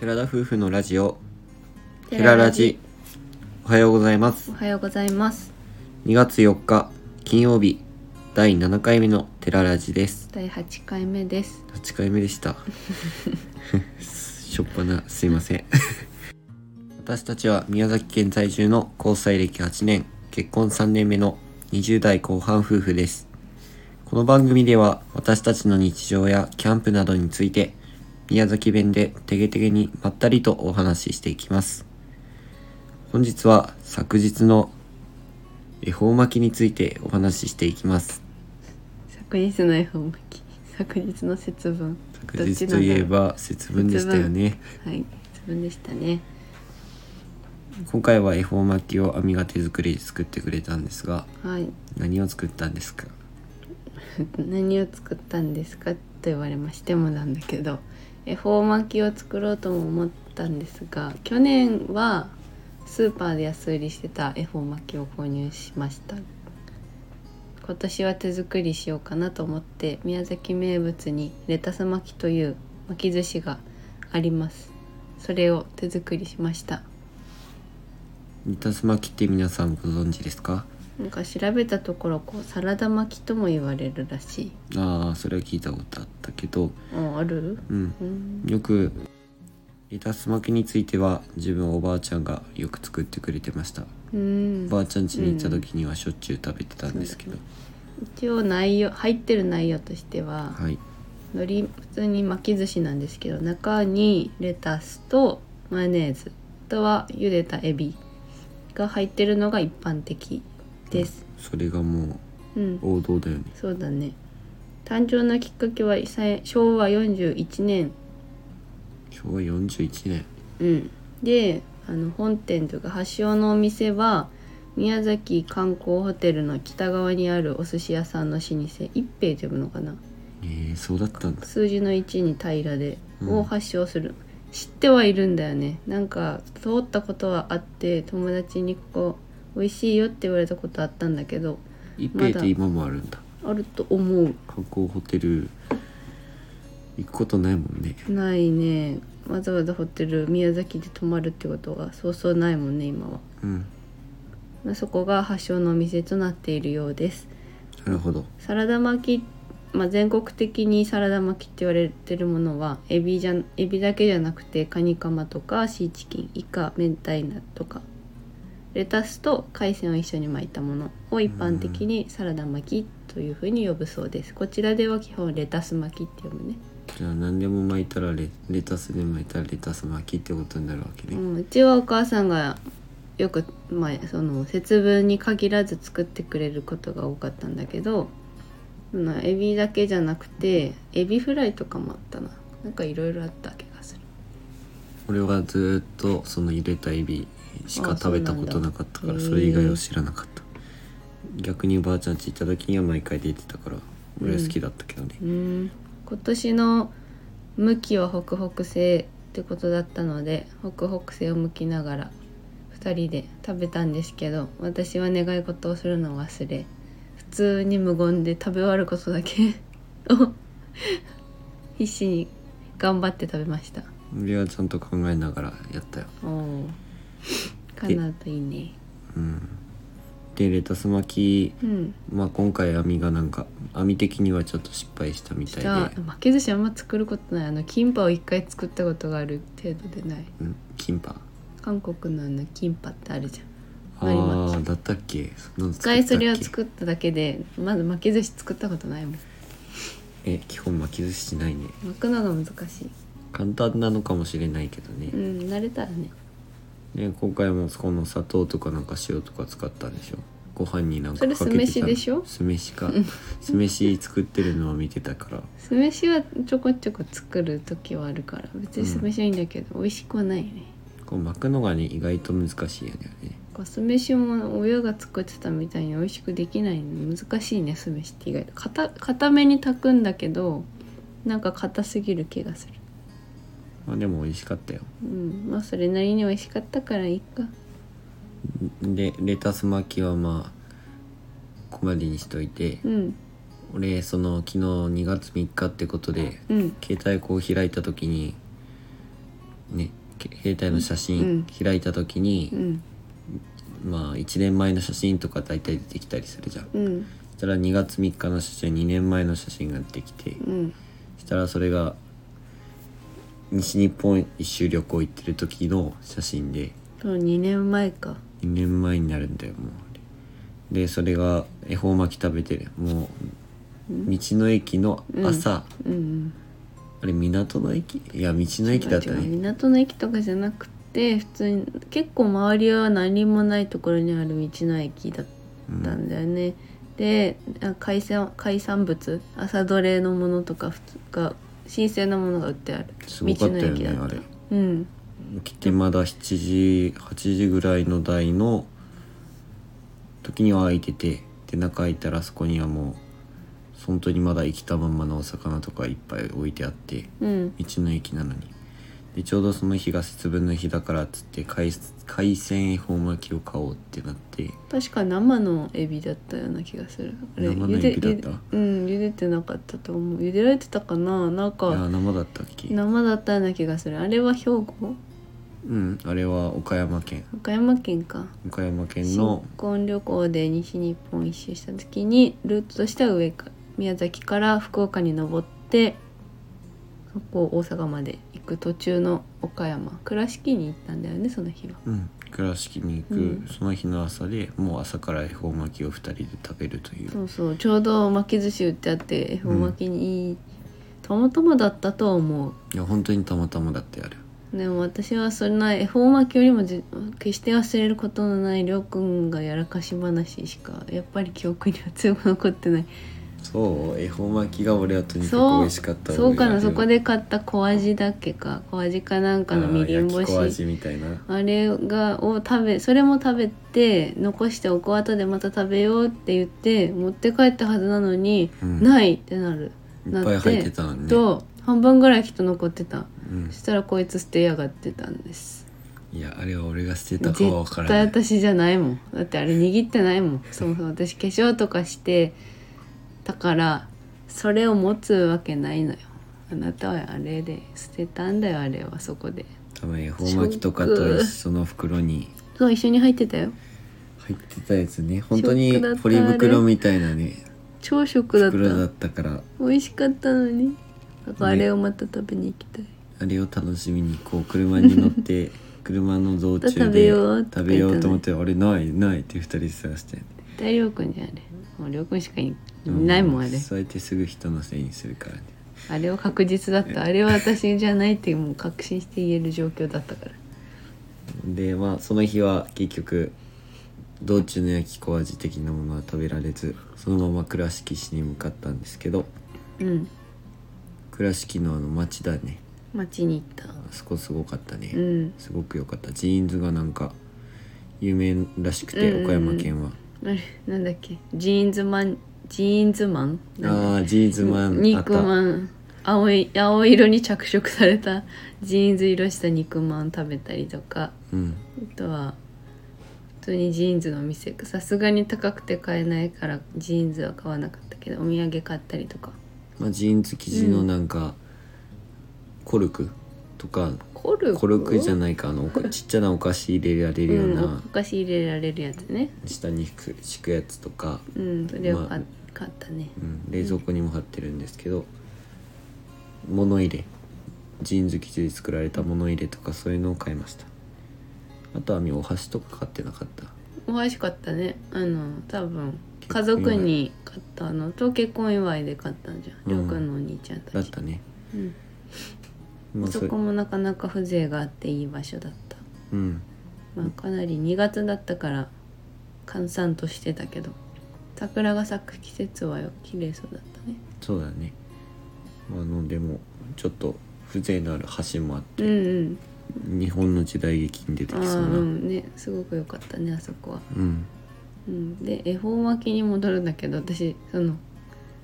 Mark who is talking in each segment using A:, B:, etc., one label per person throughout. A: 寺田夫婦のラジオ寺ラジおはようございます
B: おはようございます
A: 2月4日金曜日第7回目の寺ラジです
B: 第8回目です
A: 8回目でした しょっぱなすいません 私たちは宮崎県在住の交際歴8年結婚3年目の20代後半夫婦ですこの番組では私たちの日常やキャンプなどについて宮崎弁でてげてげにまったりとお話ししていきます本日は昨日の恵方巻きについてお話ししていきます
B: 昨日の絵本巻き昨日の節分
A: 昨日といえば節分でしたよね
B: はい節分でしたね
A: 今回は恵方巻きを編みが手作りで作ってくれたんですが
B: はい
A: 何を作ったんですか
B: 何を作ったんですかと言われましてもなんだけど恵方巻きを作ろうとも思ったんですが去年はスーパーで安売りしてた恵方巻きを購入しました今年は手作りしようかなと思って宮崎名物にレタス巻きという巻き寿司がありますそれを手作りしました
A: 煮たす巻きって皆さんご存知ですか
B: なんか調べたところこうサラダ巻きとも言われるらしい
A: ああそれは聞いたことあったけど
B: あある
A: うん
B: うん
A: よくレタス巻きについては自分おばあちゃんがよく作ってくれてました
B: うん
A: おばあちゃん家に行った時にはしょっちゅう食べてたんですけど、
B: 一応内容入ってる内容としては、
A: はい
B: 海苔普通に巻き寿司なんですけど中にレタスとマヨネーズあとは茹でたエビが入ってるのが一般的です。
A: それがも
B: うん
A: う王道だよね
B: そうだね誕生のきっかけはさ昭和41年、
A: 昭和41年
B: うん、であの本店というか発祥のお店は宮崎観光ホテルの北側にあるお寿司屋さんの老舗一平と呼ぶのかな
A: えー、そうだったんだ
B: 数字の1に平らで、
A: うん
B: を発症する知ってはいるんだよねなんか通ったことはあって友達にここ美味しいよって言われたことあったんだけど
A: 一平って今もあるんだ
B: あると思う
A: 観光ホテル行くことないもんね
B: ないねわざわざホテル宮崎で泊まるってことがそうそうないもんね今は、
A: うん
B: まあ、そこが発祥のお店となっているようです
A: なるほど
B: サラダ巻き、まあ、全国的にサラダ巻きって言われてるものはエビじゃエビだけじゃなくてカニカマとかシーチキンイカ明太菜とかレタスと海鮮を一緒に巻いたものを一般的にサラダ巻きというふうに呼ぶそうですこちらでは基本レタス巻きって呼ぶね、
A: じゃあ何でも巻いたらレレタスで巻いたらレタス巻きってことになるわけ
B: う
A: ね、
B: ん、うちはお母さんがよく、まあ、その節分に限らず作ってくれることが多かったんだけどそのエビだけじゃなくてエビフライとかもあったななんかいろいろあった気がする
A: 俺はずーっとその入れたエビしか
B: あ
A: 食べたことなかったから
B: そう
A: そ
B: なんだ
A: れ以外を知らなかった逆におばあちゃん家行った時には毎回出てたから俺は好きだったけどね、
B: うん今年の向きは北北西ってことだったので北北西を向きながら2人で食べたんですけど私は願い事をするのを忘れ普通に無言で食べ終わることだけ を必死に頑張って食べました
A: 俺はちゃんと考えながらやったよ
B: おおかなといいね
A: うんでレタス巻き
B: うん
A: まあ今回網がなんか網的にはちょっと失敗したみたい
B: じ
A: で
B: ゃあ巻き寿司あんま作ることないあのキンパを一回作ったことがある程度でない
A: うんキンパ
B: 韓国のあのキンパってあるじゃん
A: あ
B: 割り巻き
A: ーだったっけそんなの作
B: 一
A: ったっ
B: 回
A: け
B: それを作っただけでまず巻き寿司作ったことないもん
A: え基本巻き寿司しないね
B: 巻くのが難しい
A: 簡単なのかもしれないけど
B: う
A: ね、
B: ん慣れたらね
A: ね今回もそこの砂糖とかなんか塩とか使ったんでしょご飯になんか
B: そ
A: か
B: れ
A: けてた
B: 酢飯でしょ
A: 酢飯か酢飯作ってるのを見てたから
B: 酢飯はちょこちょこ作る時はあるから別に酢飯はいいんだけど、美味しくはないよね
A: こう巻くのがね意外と難しいよね
B: こう酢飯も親が作ってたみたいに美味しくできないの難しいね酢飯って意外とかた固めに炊くんだけどなんか硬すぎる気がする
A: まあでも美味しかったよ
B: うんまあそれなりに美味しかったからいいか
A: でレタス巻きはまあここまでにしといて
B: うん
A: 俺その昨日2月3日ってことで
B: うん
A: 携帯こう開いた時にねけ兵隊の写
B: うん
A: 真開いた時に
B: う、ん
A: まあ1年前の写真とか大体出てきたりするじゃん
B: うん
A: そしたら2月3日の写真2年前の写真が出てきて
B: うん
A: そしたらそれが西日本一周旅行行ってる時の写真で
B: そう2年前か
A: 2年前になるんだよもうあれでそれが恵方巻き食べてるもう道の駅の朝、
B: うんうん
A: あれ港の駅いや道の駅だった
B: 違う違う
A: ね
B: 港の駅とかじゃなくて普通に結構周りは何もないところにある道の駅だったんだよね、であ海鮮海産物朝どれのものとか普通が新鮮なものが売ってある
A: すごかったよね
B: 道の駅だ
A: あ
B: った
A: れ
B: うん
A: 来てまだ7時8時ぐらいの台の時には空いててで中空いたらそこにはもう本当にまだ生きたまんまのお魚とかいっぱい置いてあって
B: うん
A: 道の駅なのにでちょうどその日が節分の日だからっつって海海鮮恵方巻きを買おうってなって
B: 確か生のエビだったような気がするあれ
A: 生のエビだった
B: ゆでゆでうん茹でてなかったと思う茹でられてたかななん
A: い
B: か
A: や生だったっけ
B: 生だったような気がするあれは兵庫
A: うんあれは岡山県
B: 岡山県か
A: 岡山県
B: 新
A: の
B: 婚旅行で西日本一周した時にルートとしては上か宮崎から福岡に登ってそこ大阪まで行く途中の岡山倉敷に行ったんだよねその日は
A: うん倉敷に行く、
B: うん
A: その日の朝でもう朝から恵方巻きを2人で食べるという
B: そうそうちょうど巻き寿司売ってあって恵方巻きにいい、たまたまだったとは思う
A: いや本当にたまたまだってある
B: でも私はそんな恵方巻きよりもじ決して忘れることのないりょうくんがやらかし話しかやっぱり記憶には強く残ってない
A: そう恵方巻きが俺はとにかく
B: そう
A: 美味しかった
B: そうか
A: 俺
B: な
A: は
B: そこで買った小味だっけか小味かなんかのみりん
A: あー
B: 干
A: 焼き小
B: し
A: 味みたいな
B: あれがを食べそれも食べて残しておこう後でまた食べようって言って持って帰ったはずなのに、
A: うん
B: ないってなる
A: い
B: な
A: っぱい入ってたのにね
B: と半分ぐらいきっと残ってた
A: うん
B: そしたらこいつ捨てやがってたんです
A: いやあれは俺が捨てたかは分か
B: 絶
A: ら
B: 対
A: ない
B: 私じゃないもんだってあれ握ってないもんそもそも私化粧とかしてだからそれを持つわけないのよあなたはあれで捨てたんだよあれはそこで
A: 多分恵方巻きとかと一緒の袋に
B: そう一緒に入ってたよ
A: 入ってたやつね本当に
B: ショックだった
A: ポリ袋みたいなね
B: 朝食だった
A: 袋だったから
B: 美味しかったのにだからあれをまた食べに行きたい、
A: あれを楽しみにこう車に乗って 車の道中で
B: 食べようって
A: 食べようと思って「あれないない」って二人で探して
B: 大りょうくんじゃあれもうりょうくんしかいないもんあれ、
A: そうやってすぐ人のせいにするからね
B: あれは確実だったあれは私じゃないってもう確信して言える状況だったから
A: でまあその日は結局道中の焼き小味的なものは食べられずそのまま倉敷市に向かったんですけど
B: うん
A: 倉敷のあの町だね
B: 街に行った
A: あそこすごかったね、
B: うん
A: すごく良かったジーンズがなんか有名らしくて、
B: うんうん
A: 岡山県は
B: あれなんだっけジーンズマンジーンズマン
A: ああジーンズマンあっ
B: 肉
A: た
B: まん青い青色に着色されたジーンズ色した肉まん食べたりとか
A: うん
B: あとは普通にジーンズのお店さすがに高くて買えないからジーンズは買わなかったけどお土産買ったりとか
A: まあ、ジーンズ生地のなんか、コルクとか
B: コルク
A: コルクじゃ
B: い
A: ないかあのおかちっちゃなお菓子入れられるよう
B: うん、お
A: な
B: 菓子入れられるやつね
A: 下に敷く敷くやつとか、
B: うんそれを買,、
A: ま
B: 買ったね
A: うん、冷蔵庫にも貼ってるんですけど物入れジーンズ生地で作られた物入れとかそういうのを買いましたあとはみお箸とか買ってなかった
B: 美味しかったねあの多分
A: 結婚祝
B: 家
A: い
B: 族に買ったのと結婚祝いで買ったんじゃん、
A: うん
B: りょうくんのお兄ちゃん
A: だ
B: た
A: っ
B: ち
A: たね、
B: うん
A: まあ、
B: そ
A: れ
B: こもなかなか風情があっていい場所だった、
A: うん
B: まあ、かなり2月だったから閑散としてたけど桜が咲く季節はよ綺麗そうだったね
A: そうだねあのでもちょっと風情のある橋もあって
B: うん
A: 日本の時代劇に出て
B: うんあ
A: き
B: あ
A: そううな、うん
B: んねすごく良かったねあそこは、うん、で恵方巻きに戻るんだけど私その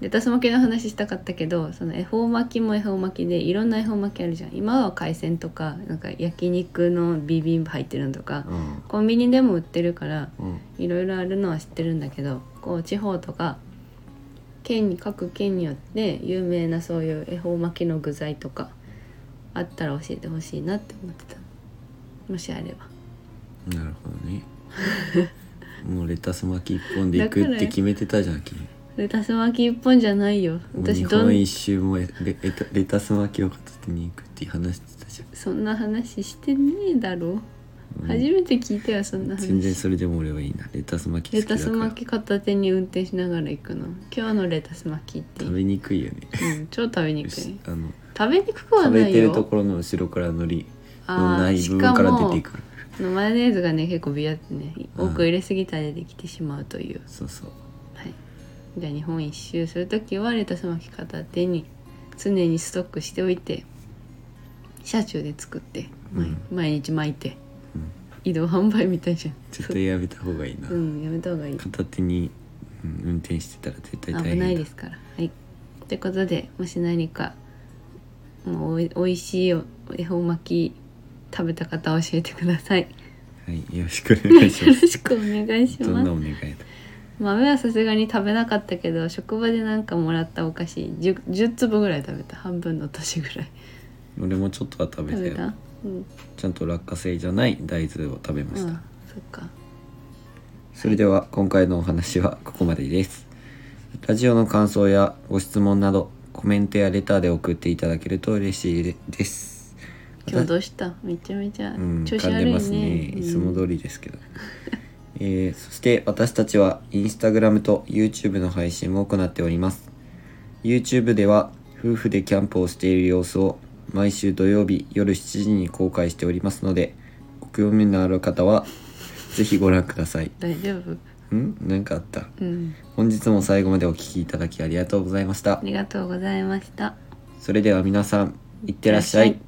B: レタス巻きの話したかったけどその恵方巻きも恵方巻きでいろんな恵方巻きあるじゃん今は海鮮とかなんか焼肉のビビンバ入ってるのとか
A: うん
B: コンビニでも売ってるから
A: うん
B: いろいろあるのは知ってるんだけどこう地方とか県に各県によって有名なそういう恵方巻きの具材とかあったら教えてほしいなって思ってたもしあれば
A: なるほど ねもうレタス巻き一本で行くって決めてたじゃん君
B: レタス巻き一本じゃないよ
A: もう
B: 私
A: 日
B: どん
A: 本一周もレレタレタス巻きを片手に行くって話してたじ
B: そんな話してねえだろ、
A: ゃん、うん
B: 初めて聞いたよそんな
A: 全然
B: 話
A: それでも俺はいいなレタス巻き
B: レ
A: 好
B: タ
A: き
B: ス
A: だから
B: 巻き片手に運転しながら行くの今日のレタス巻きってい
A: 食
B: い、
A: べにくいよね
B: うん、超食べにくい
A: しあの
B: 食べにくくは
A: 食
B: な
A: べ
B: い
A: てると
B: よ
A: ころの後ろからのりの
B: あ
A: な
B: ー
A: い
B: し
A: 部
B: か
A: 分
B: も
A: から出ていく
B: あのマヨネーズがね結構ビヤってね
A: うん
B: 多く入れすぎたら出てきてしまうという、
A: そうそう
B: はい、じゃあ日本一周する時はレタス巻き片手に常にストックしておいて車中で作って、毎
A: うん
B: 毎日巻いて、
A: うん
B: 移動販売みたいじゃん
A: 絶対やめた方がいいな、
B: うんやめた方がいい
A: 片手に、うん運転してたら絶対大変だ
B: 危ないですからはいということでもし何かもうおいおいしいお恵方巻き食べた方教えてください
A: はいよろしくお願いし
B: よろ
A: ます
B: しくお願 いし
A: どん
B: ま
A: な
B: す
A: お願いだ
B: 豆はさすがに食べなかったけど職場でなんかもらったお菓子 10, 10粒ぐらい食べた半分の年ぐらい
A: 俺もちょっとは食べ
B: 食
A: た
B: べ
A: よ
B: たうん、
A: ちゃんと落花生じゃない大豆を食べま
B: う
A: し
B: ん、そ
A: た、
B: っか
A: それでは今回のお話はここまでですラジオの感想やご質問などコメントやレターで送っていただけると嬉しいです
B: 今日どうしためちゃめちゃ
A: うん、
B: 調子
A: 噛ん
B: 悪
A: で
B: いね,、
A: ますね。いつも
B: り
A: 通りですけど。えーそして私たちはインスタグラムと YouTube の配信も行っております。YouTube では夫婦でキャンプをしている様子を毎週土曜日夜7時に公開しておりますので、ご興味のある方はぜひご覧ください。
B: 大丈夫
A: んなんかあった。
B: うん
A: 本日も最後までお聞きいただきありがとうございました
B: あ。りがとうございました
A: それでは皆さん、いってらっしゃ
B: いっ
A: い
B: てらっしゃい。